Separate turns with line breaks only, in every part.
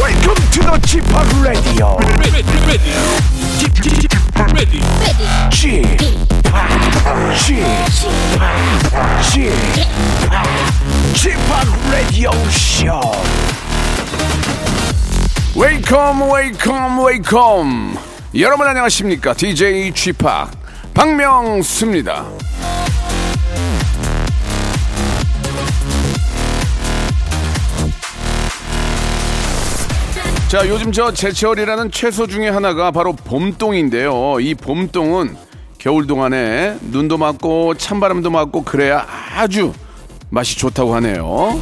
Welcome to the g p o p Radio.
ready, ready, ready,
g p o p G-POP, G-POP Radio Show. Welcome, welcome, welcome. 여러분 안녕하십니까? DJ g p o p 박명수입니다. 자, 요즘 저 제철이라는 채소 중에 하나가 바로 봄동인데요. 이 봄동은 겨울 동안에 눈도 맞고 찬바람도 맞고 그래야 아주 맛이 좋다고 하네요.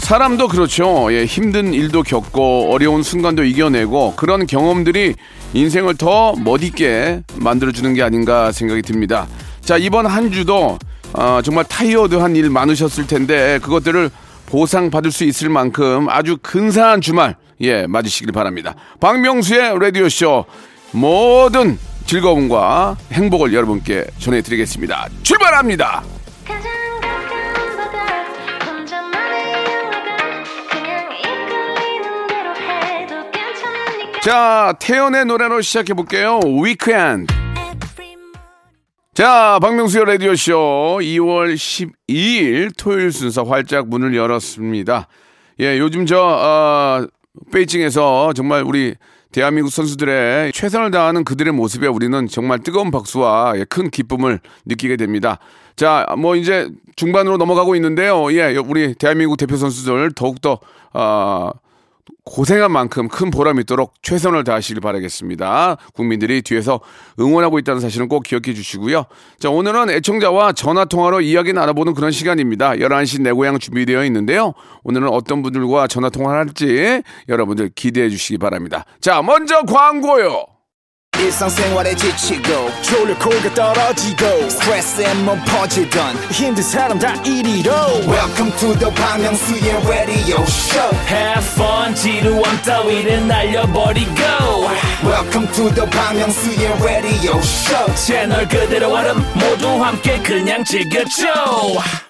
사람도 그렇죠. 예, 힘든 일도 겪고 어려운 순간도 이겨내고 그런 경험들이 인생을 더 멋있게 만들어주는 게 아닌가 생각이 듭니다. 자 이번 한 주도 아, 정말 타이어드한 일 많으셨을 텐데 그것들을 보상받을 수 있을 만큼 아주 근사한 주말 예 맞으시길 바랍니다. 박명수의 라디오 쇼 모든 즐거움과 행복을 여러분께 전해드리겠습니다. 출발합니다.
가장 가까운 바다 혼자만의 영화관 그냥 이끌리는 대로 해도 괜찮으니까
자 태연의 노래로 시작해 볼게요. 위크엔드.
Every morning
자, 박명수의 라디오쇼 2월 12일 토요일 순서 활짝 문을 열었습니다. 예, 요즘 저, 어, 베이징에서 정말 우리 대한민국 선수들의 최선을 다하는 그들의 모습에 우리는 정말 뜨거운 박수와 예, 큰 기쁨을 느끼게 됩니다. 자, 뭐 이제 중반으로 넘어가고 있는데요. 예, 우리 대한민국 대표 선수들 더욱더, 어, 고생한 만큼 큰 보람이 있도록 최선을 다하시길 바라겠습니다. 국민들이 뒤에서 응원하고 있다는 사실은 꼭 기억해 주시고요. 자, 오늘은 애청자와 전화통화로 이야기 나눠보는 그런 시간입니다. 11시 내 고향 준비되어 있는데요. 오늘은 어떤 분들과 전화통화를 할지 여러분들 기대해 주시기 바랍니다. 자, 먼저 광고요!
일상생활에 지치고, 졸려 코가 떨어지고, 스트레스에 몸 퍼지던, 힘든 사람 다 이리로. welcome to the Bang Myung-soo's radio show
Have fun 지루함 따위를 날려버리고
welcome to the Bang Myung-soo's radio show
채널 그대로 얼음 모두 함께 그냥 즐겨줘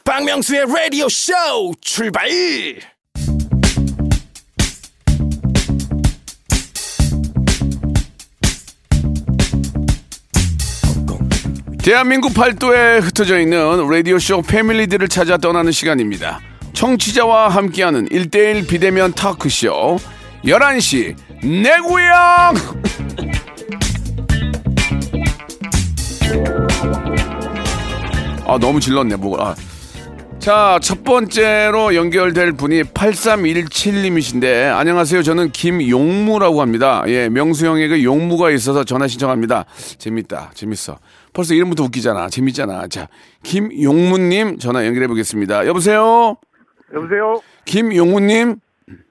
박명수의 radio show 출발
대한민국 팔도에 흩어져 있는 라디오쇼 패밀리들을 찾아 떠나는 시간입니다. 청취자와 함께하는 일대일 비대면 타크쇼 11시 내 고향! 아 너무 질렀네 뭐. 아. 자, 첫 번째로 연결될 분이 8317님이신데, 안녕하세요. 저는 김용무라고 합니다. 예, 명수 형에게 용무가 있어서 전화 신청합니다. 재밌다. 재밌어. 벌써 이름부터 웃기잖아. 재밌잖아. 자, 김용무님 전화 연결해 보겠습니다. 여보세요?
여보세요?
김용무님?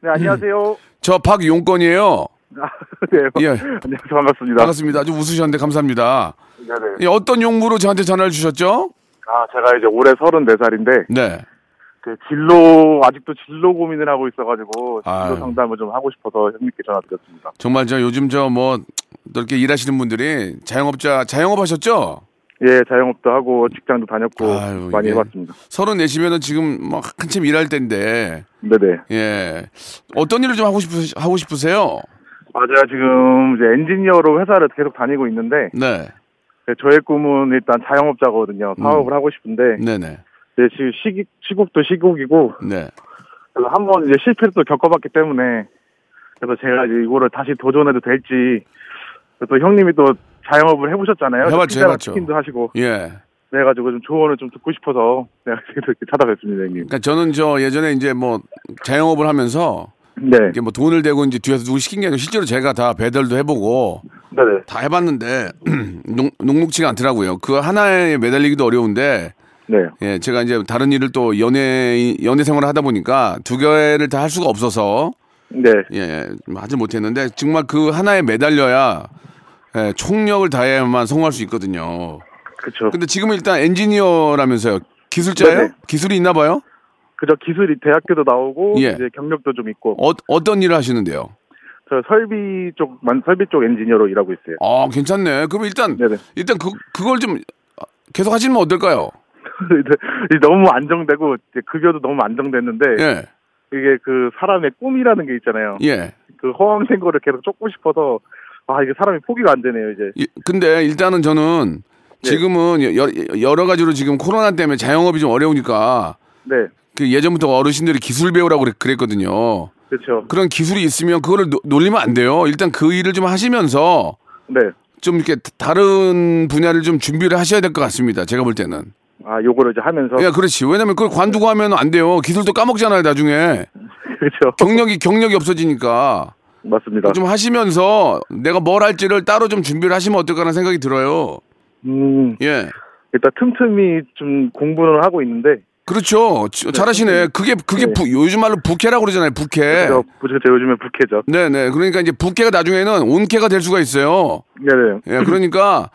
네, 안녕하세요.
저 박용건이에요.
아, 네.
예.
안녕하세요. 반갑습니다.
반갑습니다. 아주 웃으셨는데 감사합니다.
네, 네.
예, 어떤 용무로 저한테 전화를 주셨죠?
아, 제가 이제 올해 34살인데,
네.
그 진로, 아직도 진로 고민을 하고 있어가지고, 진로
아유.
상담을 좀 하고 싶어서 형님께 전화드렸습니다.
정말 저 요즘 저 뭐 이렇게 일하시는 분들이 자영업자, 자영업 하셨죠?
예, 자영업도 하고, 직장도 다녔고,
아유,
많이
예.
해봤습니다.
서른 네시면은 지금 막 한참 일할 때인데
네네.
예 어떤 일을 좀 하고 싶으 하고 싶으세요?
아, 제가 지금 이제 엔지니어로 회사를 계속 다니고 있는데,
네,
네, 저의 꿈은 일단 자영업자거든요. 사업을 하고 싶은데,
네, 네,
이제 지금 시기, 시국도 시국이고,
네.
그래서 한 번 이제 실패를 또 겪어봤기 때문에 그래서 제가 이제 이거를 다시 도전해도 될지 그래서 또 형님이 또 자영업을 해보셨잖아요.
해봤죠,
피자랑
해봤죠.
치킨도 하시고
예.
그래가지고 좀 조언을 좀 듣고 싶어서 내가 이렇게 찾아뵙습니다, 형님.
그러니까 저는 저 예전에 이제 뭐 자영업을 하면서
네,
이게 뭐 돈을 대고 이제 뒤에서 누구 시킨 게 아니고 실제로 제가 다 배달도 해보고
네네.
다 해봤는데 녹, 녹록치가 않더라고요. 그 하나에 매달리기도 어려운데
네,
예 제가 이제 다른 일을 또 연애 연애 생활을 하다 보니까 두 개를 다 할 수가 없어서
네,
예, 좀 하지 못했는데 정말 그 하나에 매달려야 예, 총력을 다해야만 성공할 수 있거든요.
그쵸.
근데 지금은 일단 엔지니어라면서요. 기술자예요?
네네.
기술이 있나 봐요?
그저 기술이 대학교도 나오고
예.
이제 경력도 좀 있고
어, 어떤 일을 하시는데요?
저 설비 쪽, 만 설비 쪽 엔지니어로 일하고 있어요.
아, 괜찮네. 그럼 일단
네네.
일단 그 그걸 좀 계속 하시면 어떨까요?
이제 너무 안정되고 이제 급여도 너무 안정됐는데
예,
이게 그 사람의 꿈이라는 게 있잖아요.
예.
그 허황된 거를 계속 쫓고 싶어서 아 이게 사람이 포기가 안 되네요 이제.
이- 근데 일단은 저는
네.
지금은 여, 여러 가지로 지금 코로나 때문에 자영업이 좀 어려우니까
네,
그 예전부터 어르신들이 기술 배우라고 그랬- 그랬거든요.
그렇죠.
그런 기술이 있으면 그거를 노- 놀리면 안 돼요. 일단 그 일을 좀 하시면서
네.
좀 이렇게 다른 분야를 좀 준비를 하셔야 될 것 같습니다. 제가 볼 때는.
아 요거를 이제 하면서
예, 그렇지. 왜냐면 그걸 관두고 하면 안 돼요. 기술도 까먹잖아요, 나중에.
그렇죠.
경력이 경력이 없어지니까.
맞습니다.
좀 하시면서 내가 뭘 할지를 따로 좀 준비를 하시면 어떨까라는 생각이 들어요.
음
예.
일단 틈틈이 좀 공부는 하고 있는데
그렇죠. 지- 잘하시네. 그렇죠. 그게 그게 부- 요즘 말로 부캐라고 그러잖아요. 부캐.
제가 제가 요즘에 부캐죠.
네, 네. 그러니까 이제 부캐가 나중에는 온캐가 될 수가 있어요.
네네.
예, 그러니까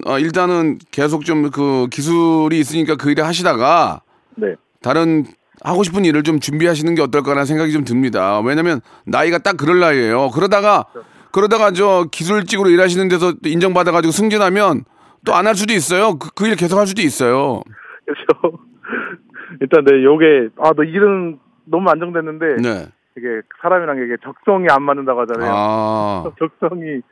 지금 어, 일단은 계속 좀 그 기술이 있으니까 그 일을 하시다가
네.
다른 하고 싶은 일을 좀 준비하시는 게 어떨까라는 생각이 좀 듭니다. 왜냐면 나이가 딱 그럴 나이예요. 그러다가 그러다가 저 기술직으로 일하시는 데서 인정받아 가지고 승진하면 또 안 할 수도 있어요. 그 일 계속 할 수도 있어요.
그렇죠. 일단 네 요게 아 너 일은 너무 안정됐는데
네.
이게 사람이랑 이게 적성이 안 맞는다고 하잖아요.
아.
적성이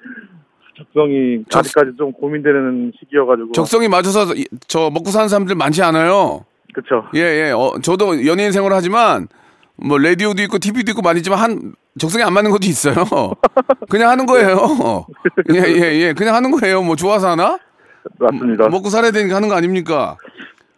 적성이
적-
아직까지 좀 고민되는 시기여가지고
적성이 맞아서 이- 저 먹고 사는 사람들 많지 않아요.
그렇죠.
예, 예. 어, 저도 연예인 생활을 하지만 뭐 라디오도 있고 TV도 있고 많이 있지만 한 적성에 안 맞는 것도 있어요. 그냥 하는
네.
거예요. 예, 예, 예. 그냥 하는 거예요. 뭐 좋아서 하나? 뭐
맞습니다.
먹고 살아야 되니까 하는 거 아닙니까?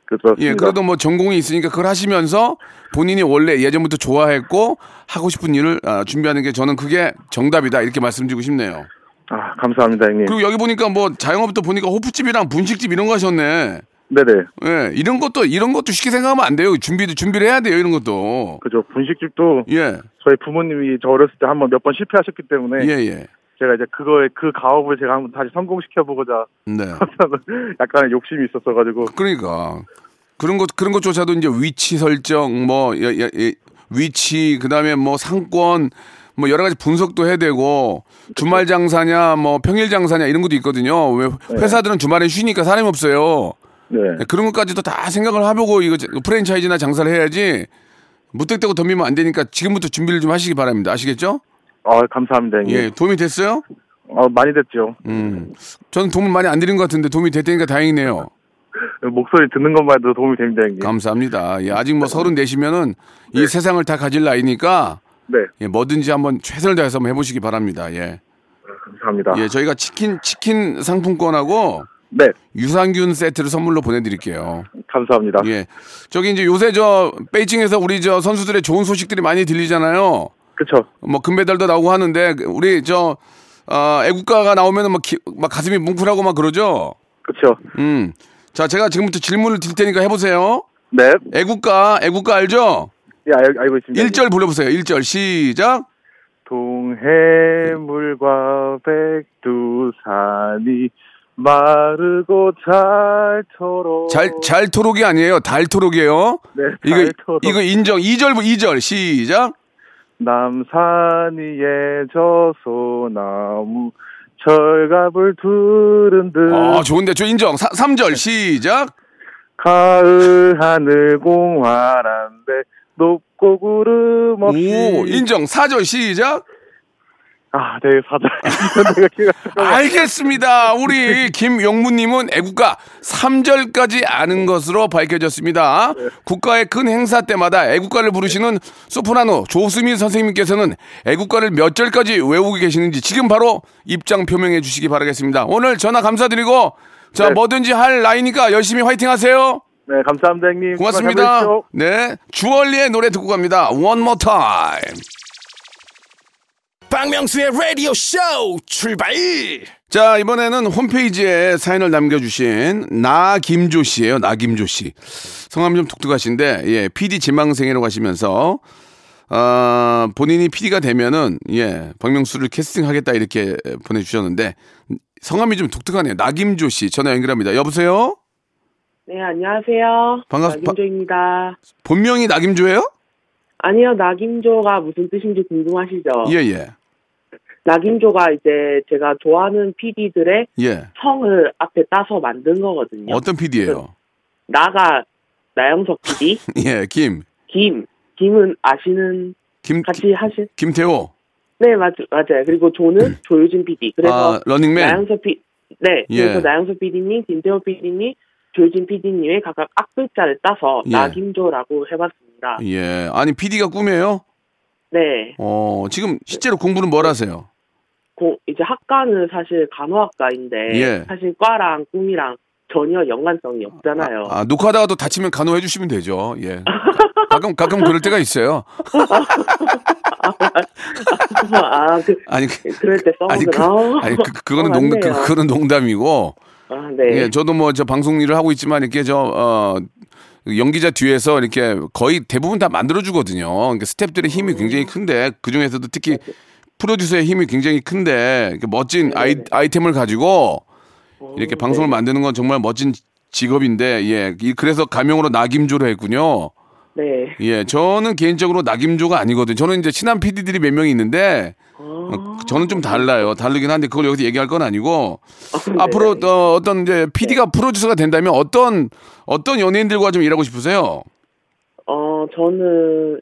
그렇죠.
예, 그래도 뭐 전공이 있으니까 그걸 하시면서 본인이 원래 예전부터 좋아했고 하고 싶은 일을 아, 준비하는 게 저는 그게 정답이다 이렇게 말씀드리고 싶네요.
아 감사합니다 형님.
그리고 여기 보니까 뭐 자영업도 보니까 호프집이랑 분식집 이런 거 하셨네.
네네.
예, 이런 것도 이런 것도 쉽게 생각하면 안 돼요. 준비도 준비를 해야 돼요. 이런 것도.
그죠. 분식집도
예,
저희 부모님이 저 어렸을 때 한 번 몇 번 실패하셨기 때문에
예, 예.
제가 이제 그거에 그 가업을 제가 한번 다시 성공시켜 보고자
네.
약간의 욕심이 있었어가지고
그러니까 그런 것 그런 것조차도 이제 위치 설정 뭐 예, 예, 예, 위치 그다음에 뭐 상권 뭐 여러 가지 분석도 해야 되고 주말 장사냐 뭐 평일 장사냐 이런 것도 있거든요. 왜 회사들은 주말에 쉬니까 사람이 없어요.
네.
그런 것까지도 다 생각을 해보고 이거 프랜차이즈나 장사를 해야지 무턱대고 덤비면 안 되니까 지금부터 준비를 좀 하시기 바랍니다. 아시겠죠?
아 감사합니다 형님.
예, 도움이 됐어요?
아 많이 됐죠.
음. 저는 도움을 많이 안 드린 것 같은데 도움이 됐다니까 다행이네요.
목소리 듣는 것만 해도 도움이 됩니다 형님.
감사합니다. 예, 아직 뭐 서른 되시면은 이 세상을 다 가질 나이니까
네
예, 뭐든지 한번 최선을 다해서 한번 해보시기 바랍니다. 예.
감사합니다.
예, 저희가 치킨, 치킨 상품권하고
네
유산균 세트를 선물로 보내드릴게요.
감사합니다.
예. 저기 이제 요새 저 베이징에서 우리 저 선수들의 좋은 소식들이 많이 들리잖아요.
그쵸.
뭐 금메달도 나오고 하는데 우리 저, 아, 애국가가 나오면은 막, 기- 막 가슴이 뭉클하고 막 그러죠?
그쵸.
음. 자, 제가 지금부터 질문을 드릴 테니까 해보세요.
네.
애국가, 애국가 알죠?
예 알, 알고 있습니다.
일 1절 불러보세요. 1절 시작.
동해물과 백두산이 마르고 잘토록
잘, 잘토록이 아니에요. 달토록이에요.
네,
이거,
잘토록.
이거 인정. 2절, 2절 시작.
남산 위에 저소나무 철갑을 두른 듯
아, 좋은데. 저 인정. 3절 시작.
가을 하늘 공활한데 높고 구름
오,
없이
인정. 4절 시작.
아, 네, 사자. 내가 기가
아, 알겠습니다. 우리 김용무님은 애국가 3절까지 아는 것으로 밝혀졌습니다. 국가의 큰 행사 때마다 애국가를 부르시는 소프라노 조수민 선생님께서는 애국가를 몇 절까지 외우고 계시는지 지금 바로 입장 표명해 주시기 바라겠습니다. 오늘 전화 감사드리고 자
네.
뭐든지 할 나이니까 열심히 화이팅 하세요.
네, 감사합니다, 형님.
고맙습니다.
수고하셨죠?
네. 주얼리의 노래 듣고 갑니다. One more time.
박명수의 라디오 쇼 출발
자, 이번에는 홈페이지에 사연을 남겨주신 나김조 씨예요. 나김조 씨. 성함이 좀 독특하신데, 예, PD 지망생이라고 하시면서, 아, 본인이 PD가 되면은, 예, 박명수를 캐스팅하겠다 이렇게 보내주셨는데, 성함이 좀 독특하네요. 나김조 씨. 전화 연결합니다. 여보세요?
네, 안녕하세요.
반갑-
나김조입니다.
본명이 나김조예요?
아니요, 나김조가 무슨 뜻인지 궁금하시죠?
어.
예, 예.
나김조가 이제 제가 좋아하는 PD들의
예. 어-
성을 앞에 따서 만든 거거든요.
어떤 PD예요?
나가 나영석 PD,
예, 김,
김 김은 아시는
김,
같이 하실
김태호.
네 맞, 맞아요. 그리고 저는 조효진 PD. 그래서
음. 아, 러닝맨.
나영석 PD 네
예.
그래서 나영석 PD님, 김태호 PD님, 조효진 PD님의 각각 앞글자를 따서
예.
나김조라고 해봤습니다.
예. 아니, PD가 꿈이에요?
네,
어, 지금 실제로 공부는 뭘 하세요?
고- 이제 학과는 사실 간호학과인데
예.
사실 과랑 꿈이랑 전혀 연관성이 없잖아요.
아, 녹화하다가 또 다치면 간호해 주시면 되죠. 예. 가끔, 가끔 그럴 때가 있어요.
아, 그,
아니, 그-
그럴 때
아니, 그,
써먹으라.
아니 그, 그거는
어,
농,
맞네요.
그, 그거는 농담이고.
아, 네.
예, 저도 뭐 저 방송 일을 하고 있지만 이렇게 저 어, 연기자 뒤에서 이렇게 거의 대부분 다 만들어 주거든요. 그러니까 스태프들의 힘이 굉장히 큰데 그 중에서도 특히 프로듀서의 힘이 굉장히 큰데 이렇게 멋진 아이, 아이템을 가지고 이렇게 방송을 만드는 건 정말 멋진 직업인데 예, 이- 그래서 가명으로 나김조로 했군요.
네.
예, 저는 개인적으로 나김조가 아니거든요. 저는 이제 친한 PD들이 몇 명 있는데 어, 저는 좀 달라요. 다르긴 한데 그걸 여기서 얘기할 건 아니고
네.
앞으로 어, 어떤 이제 PD가 프로듀서가 된다면 어떤 어떤 연예인들과 좀 일하고 싶으세요?
어, 저는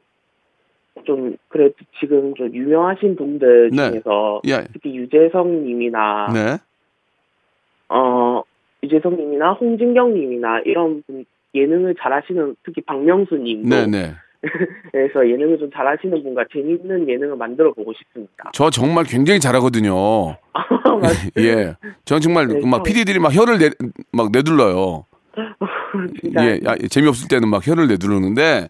좀 그래도 지금 좀 유명하신 분들
네.
중에서
예.
특히 유재석 님이나
네.
어, 유재석 님이나 홍진경 님이나 이런 분 예능을 잘하시는 특히 박명수 님도
네, 네.
그래서 예능을 좀 잘하시는 분과 재밌는 예능을 만들어 보고 싶습니다.
저 정말 굉장히 잘하거든요. 예. 저는 정말
네,
막
참.
PD들이 막 혀를 내, 막 내둘러요.
진짜
예, 아, 재미없을 때는 막 혀를 내두르는데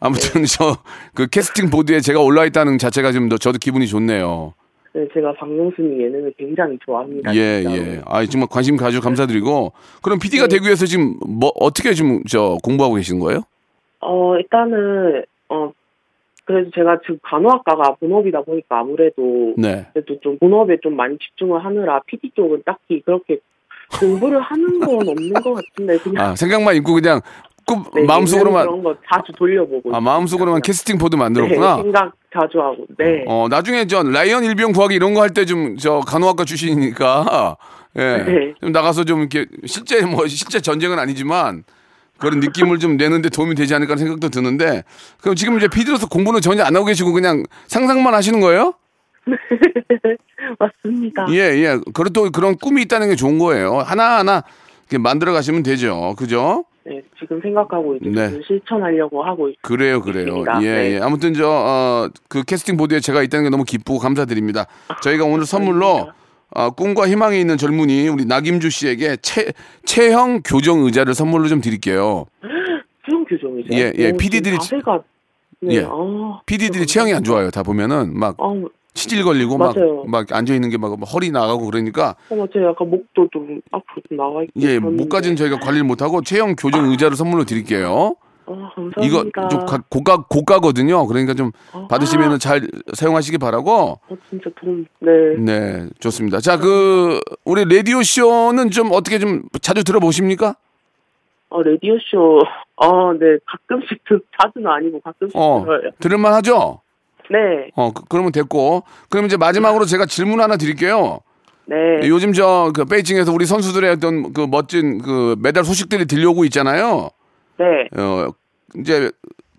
아무튼
네.
저 그 캐스팅 보드에 제가 올라 있다는 자체가 좀 더- 저도 기분이 좋네요.
네, 제가 박명수 님 예능을 굉장히 좋아합니다. 네.
예,
진짜로.
예. 아, 정말 관심 가져 감사드리고 그럼 PD가 되기 위해서 지금 뭐 어떻게 지금 저 공부하고 계신 거예요?
어, 일단은, 어, 그래서 제가 지금 간호학과가 본업이다 보니까 아무래도,
네.
그래도 좀 본업에 좀 많이 집중을 하느라 PD 쪽은 딱히 그렇게 공부를 하는 건 없는 것 같은데, 그냥.
아, 생각만 있고 그냥 꼭
네,
마음속으로만
그런 거 자주 돌려보고.
아, 마음속으로만 캐스팅 보드
네,
만들었구나.
생각 자주 하고, 네.
어, 나중에 전 라이언 일병 구하기 이런 거 할 때 좀 저 간호학과 출신이니까 예.
네.
좀 나가서 좀 이렇게 실제 뭐 실제 전쟁은 아니지만 그런 느낌을 좀 내는데 도움이 되지 않을까 하는 생각도 드는데 그럼 지금 이제 피디로서 공부는 전혀 안 하고 계시고 그냥 상상만 하시는 거예요?
맞습니다.
예, 예. 그래도 그런 꿈이 있다는 게 좋은 거예요. 하나하나 이렇게 만들어 가시면 되죠. 그죠?
네, 지금 생각하고 이제
네.
좀 실천하려고 하고 있-
그래요, 그래요.
있습니다.
예,
네.
예. 아무튼 저, 어, 그 캐스팅 보드에 제가 있다는 게 너무 기쁘고 감사드립니다. 저희가
아,
오늘 선물로 어, 꿈과 희망이 있는 젊은이 우리 나김주 씨에게 체, 체형 교정 의자를 선물로 좀 드릴게요.
수영 교정이죠.
예, 예,
어,
PD 들이
지금 자세가, 네,
예.
어,
PD들이 체형이 안 좋아요. 다 보면은 막
어,
치질 걸리고 막,
맞아요.
막 앉아 있는 게 막 허리 나가고 그러니까
맞아요. 약간 목도 좀 앞으로 좀 나와 있고.
예,
그러는데.
목까지는 저희가 관리를 못 하고 체형 교정 의자를 선물로 드릴게요.
어, 감사합니다. 아.
이거 좀 가- 고가 고가거든요. 그러니까 좀 받으시면은 잘 사용하시기 바라고.
어, 진짜 도움, 네.
네, 좋습니다. 자, 그 우리 라디오 쇼는 좀 어떻게 좀 자주 들어보십니까?
어, 라디오쇼, 어, 네. 가끔씩, 들, 자주는 아니고 가끔씩
어,
들어요.
들을만 하죠.
네,
어, 그, 러면 됐고. 그럼 이제 마지막으로 제가 질문 하나 드릴게요.
네.
요즘 저그 베이징에서 우리 선수들의 어떤 그 멋진 그 메달 소식들이 들려오고 있잖아요.
네,
어, 이제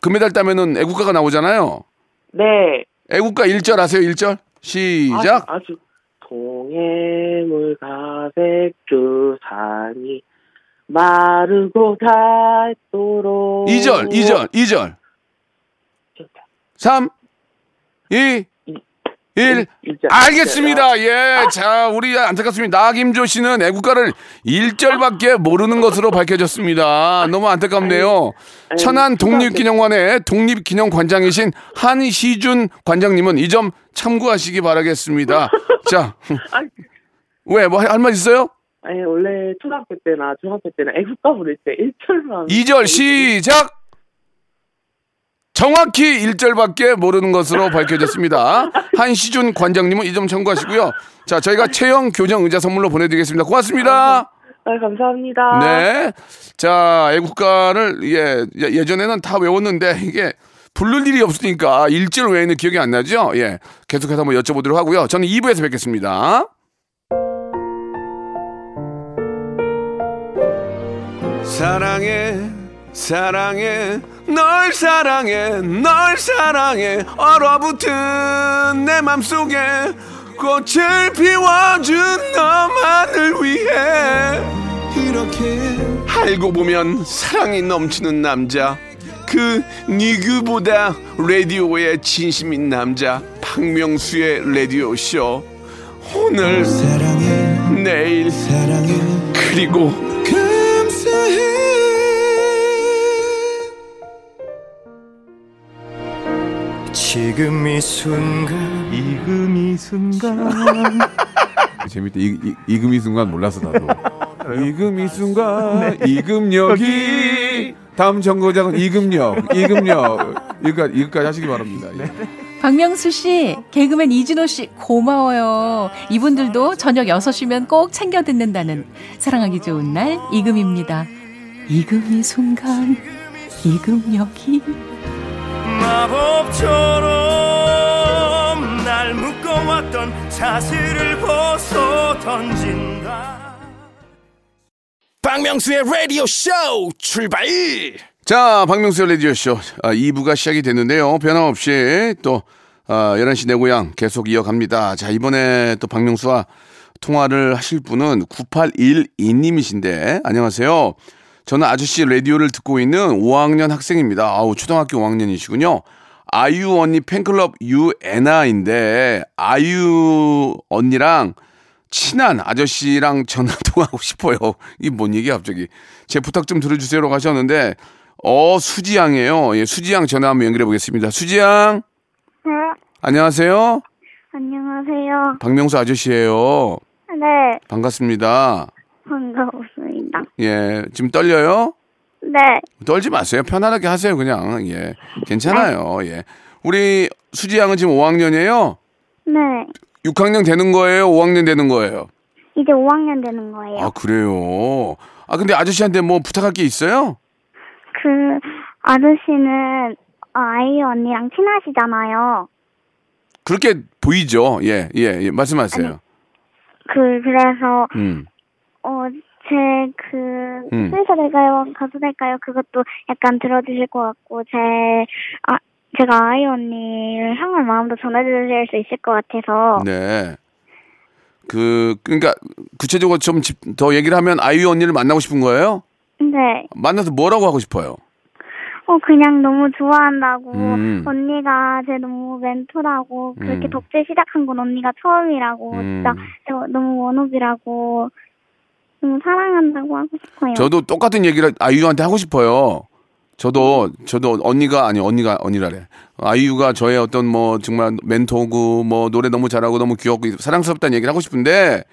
금메달 따면은 애국가가 나오잖아요.
네.
애국가 1절 아세요? 1절? 시작.
아주, 아주. 동해물 가백주 산이 마르고 닳도록.
2절, 2절, 2절. 3, 2, 1.
이제
알겠습니다. 예. 자, 우리 안타깝습니다. 나김조 씨는 애국가를 1절밖에 모르는 것으로 밝혀졌습니다. 너무 안타깝네요.
아니,
천안 독립기념관의 독립기념관장이신 한시준 관장님은 이 점 참고하시기 바라겠습니다. 자.
아니.
왜, 뭐, 할 말 있어요?
아니, 네, 원래 초등학교 때나 중학교 때나 애국가 부를 때 1절만.
2절 시작! 정확히 1절밖에 모르는 것으로 밝혀졌습니다. 한시준 관장님은 이 점 참고하시고요. 자, 저희가 체형 교정 의자 선물로 보내드리겠습니다. 고맙습니다.
아, 감사합니다.
네. 자, 애국가를 예, 예- 예전에는 다 외웠는데 이게 부를 일이 없으니까 일절 외에는 기억이 안 나죠? 예. 계속해서 한번 여쭤보도록 하고요. 저는 2부에서 뵙겠습니다. 사랑해 사랑해 널 사랑해 널 사랑해 얼어붙은 내 맘속에 꽃을 피워준 너만을 위해 이렇게 알고 보면 사랑이 넘치는 남자 그 니그보다 라디오에 진심인 남자 박명수의 라디오 쇼 오늘 사랑해 내일 사랑해 그리고 감사해
지금 이 순간
재밌다 이, 이, 금이 순간 몰랐어 나도 이금 이 순간 이금역이 다음 정거장은 이금역 이금역 여기까지, 여기까지 하시기 바랍니다 예.
박명수 씨, 개그맨 이진호 씨 고마워요. 이분들도 저녁 6시면 꼭 챙겨 듣는다는 사랑하기 좋은 날 이금입니다. 이금이 순간 이금 여기
마법처럼 날 묶어왔던 사슬을 벗어 던진다 박명수의 라디오 쇼 출발
자, 박명수 라디오쇼 아, 2부가 시작이 됐는데요. 변함없이 또 아, 11시 내 고향 계속 이어갑니다. 자, 이번에 또 박명수와 통화를 하실 분은 9812님이신데 안녕하세요. 저는 아저씨 라디오를 듣고 있는 5학년 학생입니다. 아우, 초등학교 5학년이시군요. 아유 언니 팬클럽 유애나인데 아유 언니랑 친한 아저씨랑 전화 통화하고 싶어요. 이 뭔 얘기야 갑자기. 제 부탁 좀 들어주세요라고 하셨는데 어 수지양이에요. 예, 수지양 전화 한번 연결해 보겠습니다. 수지양
네,
안녕하세요.
안녕하세요.
박명수 아저씨예요.
네,
반갑습니다.
반갑습니다.
예 지금 떨려요?
네,
떨지 마세요. 편안하게 하세요 그냥. 예 괜찮아요. 예 우리 수지양은 지금 5학년이에요.
네.
6학년 되는 거예요? 5학년 되는 거예요?
이제 5학년 되는 거예요.
아 그래요. 아 근데 아저씨한테 뭐 부탁할 게 있어요?
그 아저씨는 어, 아이 언니랑 친하시잖아요.
그렇게 보이죠. 예예 예, 예, 말씀하세요.
그 그래서
음.
어제그
음.
회사 될까요 가수 될까요 그것도 약간 들어주실 것 같고 제아 제가 아이 언니를 향한 마음도 전해주실 수 있을 것 같아서
네. 그 그러니까 구체적으로 좀 더 얘기를 하면 아이유 언니를 만나고 싶은 거예요?
근데
만나서 뭐라고 하고 싶어요?
어 그냥 너무 좋아한다고
음.
언니가 제 너무 멘토라고 그렇게
음.
독재 시작한 건 언니가 처음이라고
음.
진짜 저 너무 원업이라고 너무 사랑한다고 하고 싶어요.
저도 똑같은 얘기를 아이유한테 하고 싶어요. 저도 저도 언니가 아니 언니가 언니라래. 아이유가 저의 어떤 뭐 정말 멘토고 뭐 노래 너무 잘하고 너무 귀엽고 사랑스럽다는 얘기를 하고 싶은데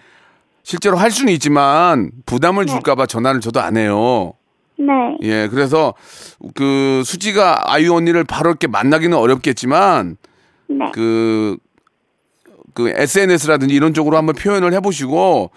실제로 할 수는 있지만 부담을 줄까봐 전화를 저도 안 해요.
네.
예, 그래서 그 수지가 아이유 언니를 바로 이렇게 만나기는 어렵겠지만
네.
그, 그 SNS라든지 이런 쪽으로 한번 표현을 해보시고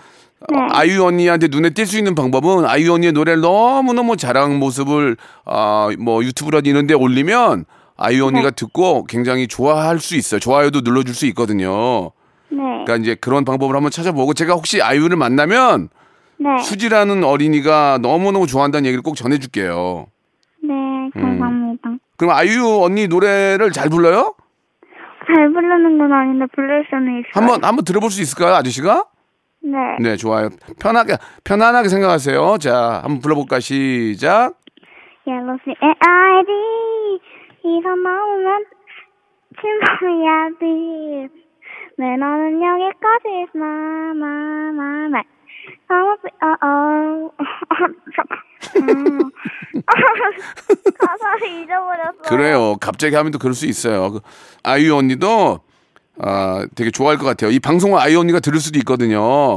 네.
그 아이유 언니한테 눈에 띌 수 있는 방법은 아이유 언니의 노래를 너무너무 잘하는 모습을 아, 뭐 유튜브라든지 이런 데 올리면 아이유 언니가 듣고 굉장히 좋아할 수 있어요. 좋아요도 눌러줄 수 있거든요.
네.
그러니까 이제 그런 방법을 한번 찾아보고 제가 혹시 아이유를 만나면
네.
수지라는 어린이가 너무너무 좋아한다는 얘기를 꼭 전해줄게요. 음.
네. 감사합니다.
그럼 아이유 언니 노래를 잘 불러요?
잘 부르는 건 아닌데 부를 수는 있어요.
한번 한번 들어볼 수 있을까요, 아저씨가?
네.
네, 좋아요. 편하게 편안하게 생각하세요. 자, 한번 불러볼까 시작.
옐로스의 아이디 이거 나오면 침범이야 빌 매너는 여기까지 나나나나 아무튼 어, 어어 어. 가사를 잊어버렸어
그래요. 갑자기 하면 또 그럴 수 있어요. 그 아이유 언니도 아, 되게 좋아할 것 같아요. 이 방송을 아이유 언니가 들을 수도 있거든요.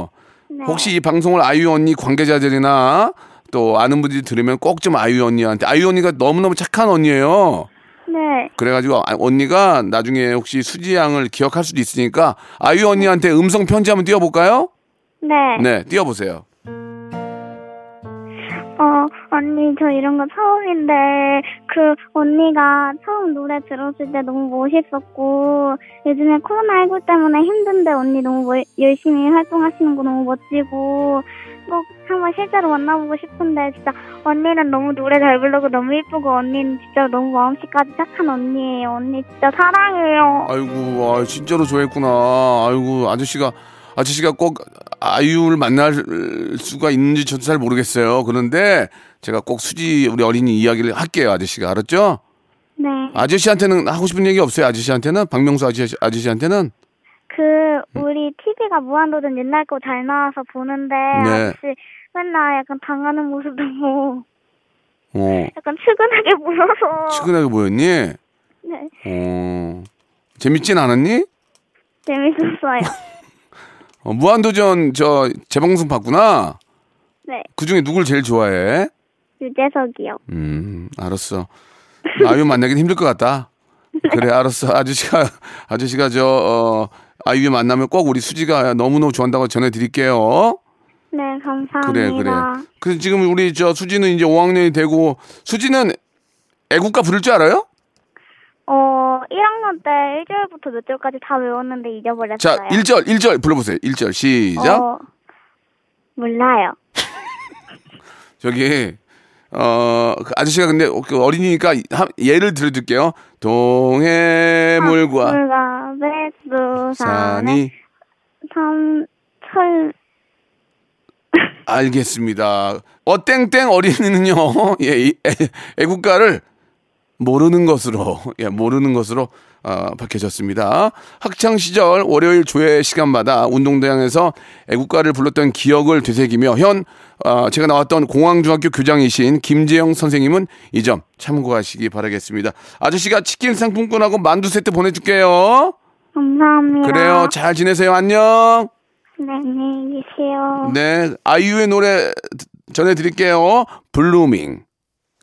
네.
혹시 이 방송을 아이유 언니 관계자들이나 또 아는 분들이 들으면 꼭 좀 아이유 언니한테 아이유 언니가 너무너무 착한 언니예요.
네
그래가지고 아- 언니가 나중에 혹시 수지 양을 기억할 수도 있으니까 아이유 언니한테 음성 편지 한번 띄워볼까요?
네.
네, 띄워보세요.
어, 언니, 저 이런 거 처음인데, 그, 언니가 처음 노래 들었을 때 너무 멋있었고, 요즘에 뭐, 코로나19 때문에 힘든데 언니 너무 멀- 열심히 활동하시는 거 너무 멋지고, 꼭 한번 실제로 만나보고 싶은데 진짜 언니는 너무 노래 잘 부르고 너무 예쁘고 언니는 진짜 너무 마음씨까지 착한 언니예요. 언니 진짜 사랑해요.
아이고, 아, 진짜로 좋아했구나. 아이고, 아저씨가, 아저씨가 꼭 아이유를 만날 수가 있는지 저도 잘 모르겠어요. 그런데 제가 꼭 수지 우리 어린이 이야기를 할게요, 아저씨가. 알았죠?
네.
아저씨한테는 하고 싶은 얘기 없어요, 아저씨한테는? 박명수 아저씨, 아저씨한테는?
그 우리 TV가 무한도전 옛날 거 잘 나와서 보는데 아저씨 맨날 약간 당하는 모습 너무
어,
약간 측은하게 보여서
치근하게 보였니?
네,
어, 재밌진 않았니?
재밌었어요.
어, 무한도전 저 재방송 봤구나.
네,
그 중에 누굴 제일 좋아해?
유재석이요.
음, 알았어. 아이유 만나긴 힘들 것 같다. 그래, 알았어. 아저씨가, 아저씨가 저, 어, 아이유 만나면 꼭 우리 수지가 너무너무 좋아한다고 전해드릴게요.
네, 감사합니다.
그래, 그래. 그 지금 우리 저 수지는 이제 5학년이 되고, 수지는 애국가 부를 줄 알아요?
어, 1학년 때 1절부터 몇 절까지 다 외웠는데 잊어버렸어요.
자, 1절, 1절 불러보세요. 1절, 시작.
네. 어, 몰라요.
저기 어, 그 아저씨가 근데 그 어린이니까 한- 예를 들어줄게요. 동해물과
물과 백두산에
산이
삼철
알겠습니다. 어땡땡 어린이는요. 예, 이 애- 애국가를 모르는 것으로 예, 모르는 것으로 아, 밝혀졌습니다. 학창 시절 월요일 조회 시간마다 운동장에서 애국가를 불렀던 기억을 되새기며 현 아, 제가 나왔던 공항중학교 교장이신 김재영 선생님은 이 점 참고하시기 바라겠습니다. 아저씨가 치킨 상품권하고 만두 세트 보내줄게요.
감사합니다.
그래요. 잘 지내세요. 안녕.
네, 안녕히 계세요.
네, 아이유의 노래 전해드릴게요. 블루밍.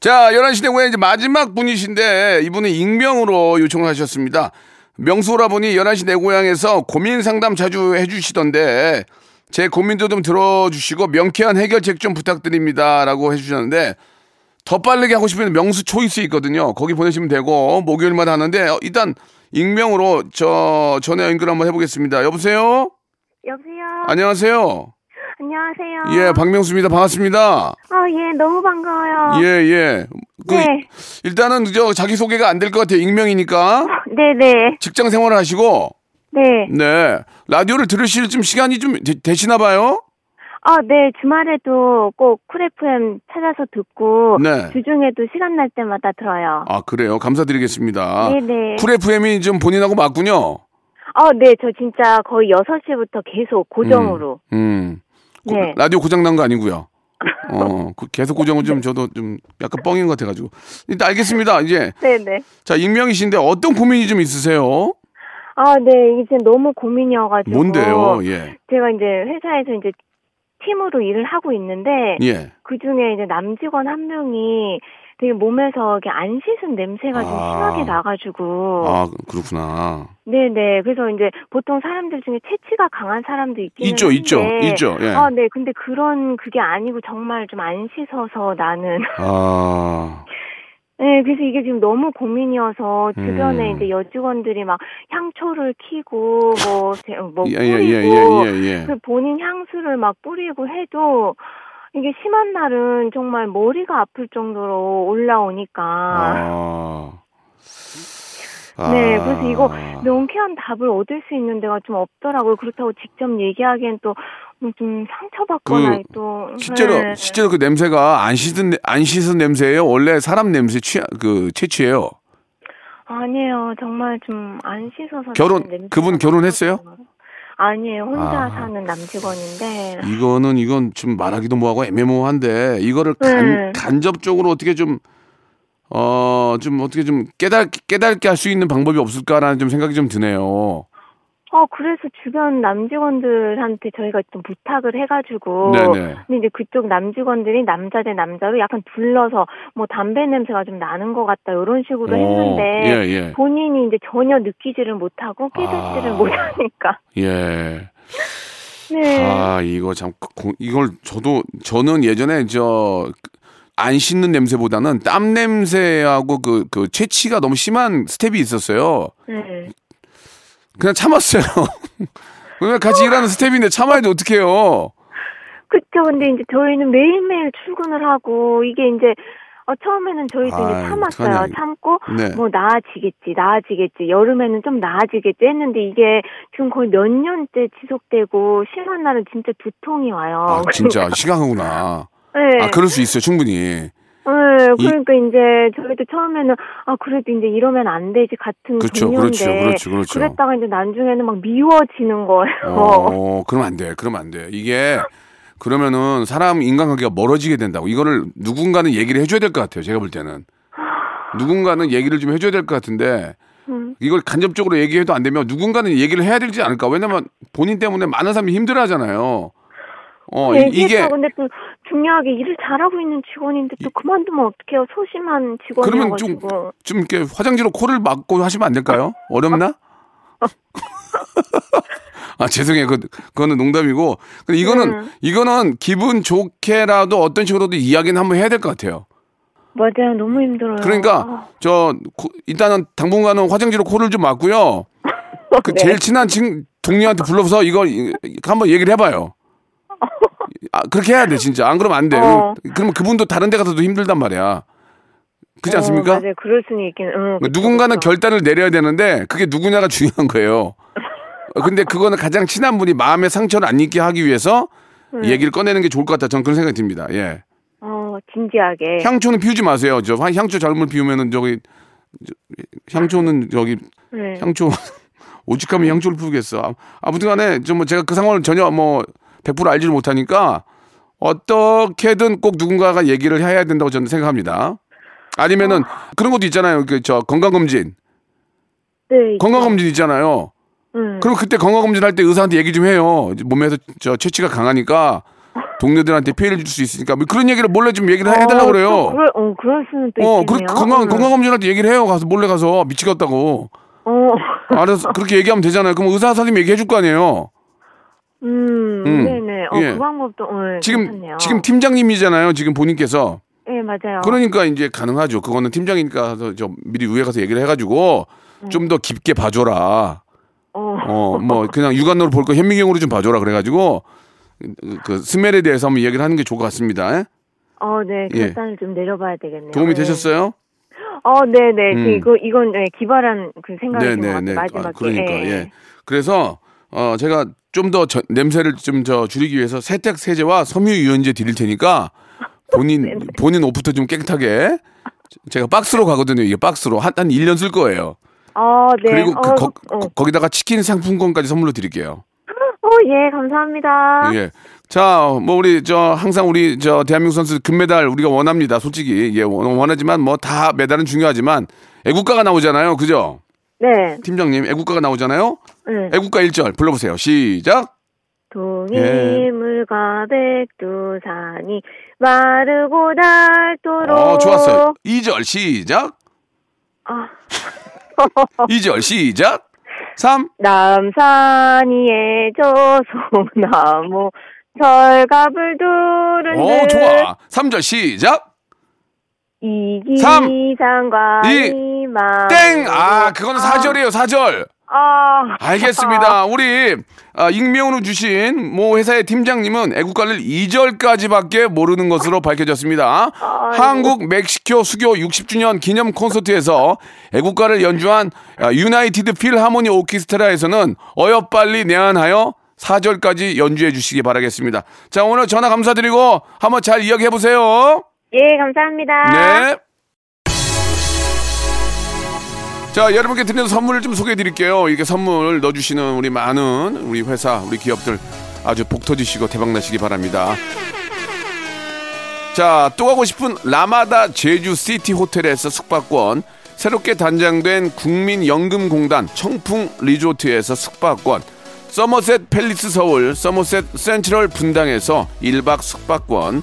자, 11시 대고에 이제 마지막 분이신데 이분은 익명으로 요청을 하셨습니다. 명수오라보니 11시 내 고향에서 고민 상담 자주 해주시던데 제 고민도 좀 들어주시고 명쾌한 해결책 좀 부탁드립니다. 라고 해주셨는데 더 빠르게 하고 싶으면 명수 초이스 있거든요. 거기 보내시면 되고 목요일마다 하는데 어, 일단 익명으로 저 전화 연결 한번 해보겠습니다. 여보세요?
여보세요.
안녕하세요?
안녕하세요.
네. 예, 박명수입니다. 반갑습니다.
아, 예, 너무 반가워요.
예, 예. 그,
네.
일단은 저 자기 소개가 안 될 것 같아요. 익명이니까
네, 네.
직장 생활을 하시고
네.
네 라디오를 들으실 좀 시간이 좀 되, 되시나 봐요.
아, 네. 주말에도 꼭 쿨FM 찾아서 듣고
네.
주중에도 시간 날 때마다 들어요.
아 그래요. 감사드리겠습니다.
네, 네.
아, 쿨 FM이 좀 본인하고 맞군요.
아, 네. 저 진짜 거의 6시부터 계속 고정으로.
음. 고-
네.
라디오 고장 난 거 아니고요. 어, 그 계속 고정은 좀 저도 좀 약간 뻥인 것 같아가지고 일단 알겠습니다. 이제
네, 네.
자 익명이신데 어떤 고민이 좀 있으세요?
아, 네. 이게 진짜 너무 고민이어가지고.
뭔데요? 예,
제가 이제 회사에서 이제 팀으로 일을 하고 있는데
예.
그 중에 이제 남직원 한 명이 되게 몸에서 이렇게 안 씻은 냄새가 좀
아.
심하게 나가지고
아 그렇구나.
네네 그래서 이제 보통 사람들 중에 체취가 강한 사람도 있기는
있죠,
한데
있죠, 있죠. 예.
아, 네. 근데 그런 그게 아니고 정말 좀 안 씻어서 나는.
아,
네, 그래서 이게 지금 너무 고민이어서 주변에
음.
이제 여직원들이 막 향초를 키고 뭐, 제- 뭐
예,
뿌리고
예, 예, 예, 예, 예.
그 본인 향수를 막 뿌리고 해도 이게 심한 날은 정말 머리가 아플 정도로 올라오니까.
아.
네, 그래서 이거 명쾌한 답을 얻을 수 있는 데가 좀 없더라고요. 그렇다고 직접 얘기하기엔 또 좀 상처받거나
그
또
실제로
네.
실제로 그 냄새가 안 씻은 내- 안 씻은 냄새예요. 원래 사람 냄새 취, 그 채취예요.
아니에요. 정말 좀 안 씻어서
결혼-
나는 냄새가
그분 결혼했어요?
나서. 아니에요. 혼자
아.
사는 남직원인데.
이거는 이건 좀 말하기도 뭐하고 애매모호한데 이거를
네.
간, 간접적으로 어떻게 좀 어, 좀 어떻게 좀 깨달, 깨닫게 할 수 있는 방법이 없을까라는 좀 생각이 좀 드네요.
어 그래서 주변 남직원들한테 저희가 좀 부탁을 해가지고.
네네.
근데 이제 그쪽 남직원들이 남자 대 남자로 약간 둘러서 뭐 담배 냄새가 좀 나는 것 같다 이런 식으로 했는데
어. 예, 예.
본인이 이제 전혀 느끼지를 못하고 깨닫지를
아.
못하니까.
예.
네.
아 이거 참 고- 이걸 저도 저는 예전에 저 안 씻는 냄새보다는 땀 냄새하고 그 그 채취가 너무 심한 스텝이 있었어요.
네.
그냥 참았어요. 그냥 같이 일하는 스텝인데 참아야지 어떡해요.
그쵸. 근데 이제 저희는 매일매일 출근을 하고 이게 이제 어, 처음에는 저희도
아이,
이제 참았어요.
어떡하냐, 이거.
참고
네.
뭐 나아지겠지, 나아지겠지. 여름에는 좀 나아지겠지 했는데 이게 지금 거의 몇 년째 지속되고 심한 날은 진짜 두통이 와요.
아, 진짜 심각하구나.
네.
아, 그럴 수 있어요, 충분히.
네,
이-
그러니까 이제 저희도 처음에는 아 그래도 이제 이러면 안 되지 같은
그렇죠,
동료인데
그렇죠, 그렇죠, 그렇죠.
랬다가 이제 나중에는 막 미워지는 거예요.
어, 그럼 안 돼. 그럼 안 돼. 이게 그러면은 사람 인간관계가 멀어지게 된다고. 이거를 누군가는 얘기를 해줘야 될 것 같아요. 제가 볼 때는 누군가는 얘기를 좀 해줘야 될 것 같은데 이걸 간접적으로 얘기해도 안 되면 누군가는 얘기를 해야 되지 않을까. 왜냐면 본인 때문에 많은 사람이 힘들어하잖아요. 어, 이- 이게
얘기했다고 근데 또 중요하게 일을 잘하고 있는 직원인데 또 그만두면 어떡해요? 소심한
그러면 좀,
직원이어가지고.
좀 이렇게 화장지로 코를 막고 하시면 안 될까요? 어렵나? 아 죄송해요. 그 그거는 농담이고. 근데
네.
이거는 이거는 기분 좋게라도 어떤 식으로도 이야기는 한번 해야 될 것 같아요.
맞아요, 너무 힘들어요. 아.
그러니까 저 고- 일단은 당분간은 화장지로 코를 좀 막고요. 그
네.
제일 친한 친 동료한테 불러서 이거 이- 한번 얘기를 해봐요. 아 그렇게 해야 돼 진짜. 안 그러면 안 돼.
어.
그러면 그분도 다른 데 가서도 힘들단 말이야. 그렇지
어,
않습니까?
맞아요, 그럴 수는 있긴. 응,
그러니까
그쵸,
누군가는
어, 그쵸.
결단을 내려야 되는데 그게 누구냐가 중요한 거예요. 어, 근데 그거는 가장 친한 분이 마음의 상처를 안 입게 하기 위해서
음.
얘기를 꺼내는 게 좋을 것 같다. 저는 그런 생각이 듭니다. 예.
어 진지하게.
향초는 피우지 마세요. 저 향- 향초 잘못 피우면은 저기 저- 향초는 저기
네.
향초 오직하면 향초를 피우겠어. 아- 아무튼간에 좀 뭐 제가 그 상황을 전혀 뭐 100% 알지를 못하니까 어떻게든 꼭 누군가가 얘기를 해야 된다고 저는 생각합니다. 아니면은 그런 것도 있잖아요. 그 저 건강 검진.
네, 음.
건강검진 있잖아요.
응.
그럼 그때 건강검진 할 때 의사한테 얘기 좀 해요. 이제 몸에서 저 채취가 강하니까 동료들한테 피해를 줄 수 있으니까 뭐 그런 얘기를 몰래 좀 얘기를 해- 해달라고
어, 또
그래요.
그럴, 어, 그럴 수는 또
어, 그
있겠네요. 음.
건강
응.
건강검진 할 때 얘기를 해요. 가서 몰래 가서 미치겠다고.
어,
알아서 그렇게 얘기하면 되잖아요. 그럼 의사 선생님 얘기해 줄 거 아니에요.
음,
음.
네네. 어,
예.
그 방법도 어,
지금
괜찮네요.
지금 팀장님이잖아요. 지금 본인께서
예, 맞아요.
그러니까 이제 가능하죠. 그거는 팀장이니까 해서 좀 미리 위에 가서 얘기를 해가지고
음.
좀 더 깊게 봐줘라.
어.
어, 뭐 그냥 육안으로 볼 거 현미경으로 좀 봐줘라 그래가지고 그 스멜에 대해서 한번 얘기를 하는 게 좋을 것 같습니다. 예?
어, 네.
예.
결단을 좀 내려봐야 되겠네요.
도움이
네.
되셨어요?
어, 네, 네.
음.
그 이거 이건 네, 기발한 그 생각이
네,
네, 네,
네, 네.
네. 마지막에.
아, 그러니까
예.
예. 그래서 어 제가 좀 더 냄새를 좀 저 줄이기 위해서 세탁 세제와 섬유 유연제 드릴 테니까
네,
본인 본인 옷부터 좀 깨끗하게 제가 박스로 가거든요. 이게 박스로 한한 1년 쓸 거예요.
어, 네.
그리고 그
어,
거,
어.
기다가 치킨 상품권까지 선물로 드릴게요.
어, 예, 감사합니다.
예. 자, 뭐 우리 저 항상 우리 저 대한민국 선수 금메달 우리가 원합니다. 솔직히 예 원- 원하지만 뭐 다 메달은 중요하지만 애국가가 나오잖아요. 그죠?
네.
팀장님 애국가가 나오잖아요.
네.
애국가 1절 불러보세요. 시작. 예.
동이물과 백두산이 마르고 닳도록
어 좋았어요. 2절 시작.
아.
2절 시작. 3.
남산이에 저소나무 절갑을 두른
어 좋아. 3절 시작. 삼, 이,
이기상관이 마
땡. 아
네.
그거는 4절이에요. 4절.
아,
알겠습니다. 우리 아, 익명으로 주신 모 회사의 팀장님은 애국가를 2절까지밖에 모르는 것으로 밝혀졌습니다. 한국 멕시코 수교 60주년 기념 콘서트에서 애국가를 연주한 아, 유나이티드 필하모니 오케스트라에서는 어여빨리 내한하여 4절까지 연주해 주시기 바라겠습니다. 자, 오늘 전화 감사드리고 한번 잘 이야기해 보세요.
예, 감사합니다.
네. 자, 여러분께 드리는 선물을 좀 소개해 드릴게요. 이렇게 선물 넣어주시는 우리 많은 우리 회사, 우리 기업들 아주 복 터지시고 대박나시기 바랍니다. 자, 또 가고 싶은 라마다 제주시티 호텔에서 숙박권, 새롭게 단장된 국민연금공단 청풍 리조트에서 숙박권, 서머셋 팰리스 서울, 서머셋 센트럴 분당에서 1박 숙박권,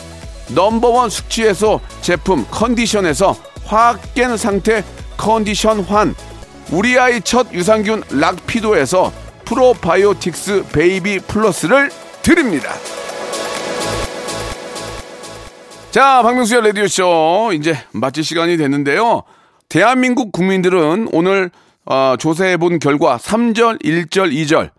넘버원 숙취해소 제품 컨디션에서 화학 깬 상태 컨디션 환 우리 아이 첫 유산균 락피도에서 프로바이오틱스 베이비 플러스를 드립니다. 자, 박명수의 라디오쇼 이제 마칠 시간이 됐는데요. 대한민국 국민들은 오늘 어, 조사해본 결과 3절, 1절, 2절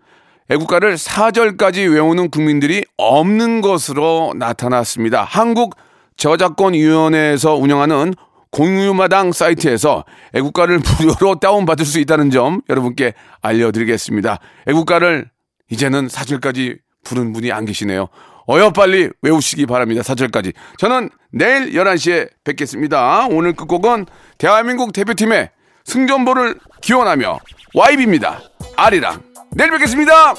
애국가를 4절까지 외우는 국민들이 없는 것으로 나타났습니다. 한국 저작권위원회에서 운영하는 공유마당 사이트에서 애국가를 무료로 다운받을 수 있다는 점 여러분께 알려드리겠습니다. 애국가를 이제는 4절까지 부른 분이 안 계시네요. 어여 빨리 외우시기 바랍니다. 4절까지. 저는 내일 11시에 뵙겠습니다. 오늘 끝곡은 대한민국 대표팀의 승전보를 기원하며 YB입니다. 아리랑. 내일 뵙겠습니다.